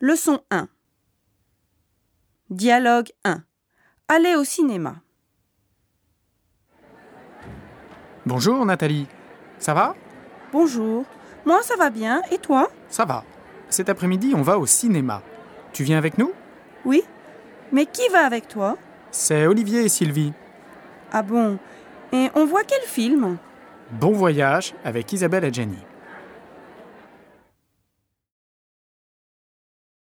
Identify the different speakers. Speaker 1: Leçon 1. Dialogue 1. Aller au cinéma.
Speaker 2: Bonjour Nathalie. Ça va
Speaker 1: Bonjour. Moi, ça va bien. Et toi
Speaker 2: Ça va. Cet après-midi, on va au cinéma. Tu viens avec nous
Speaker 1: Oui. Mais qui va avec toi
Speaker 2: C'est Olivier et Sylvie.
Speaker 1: Ah bon Et on voit quel film
Speaker 2: Bon voyage avec Isabelle et Jenny.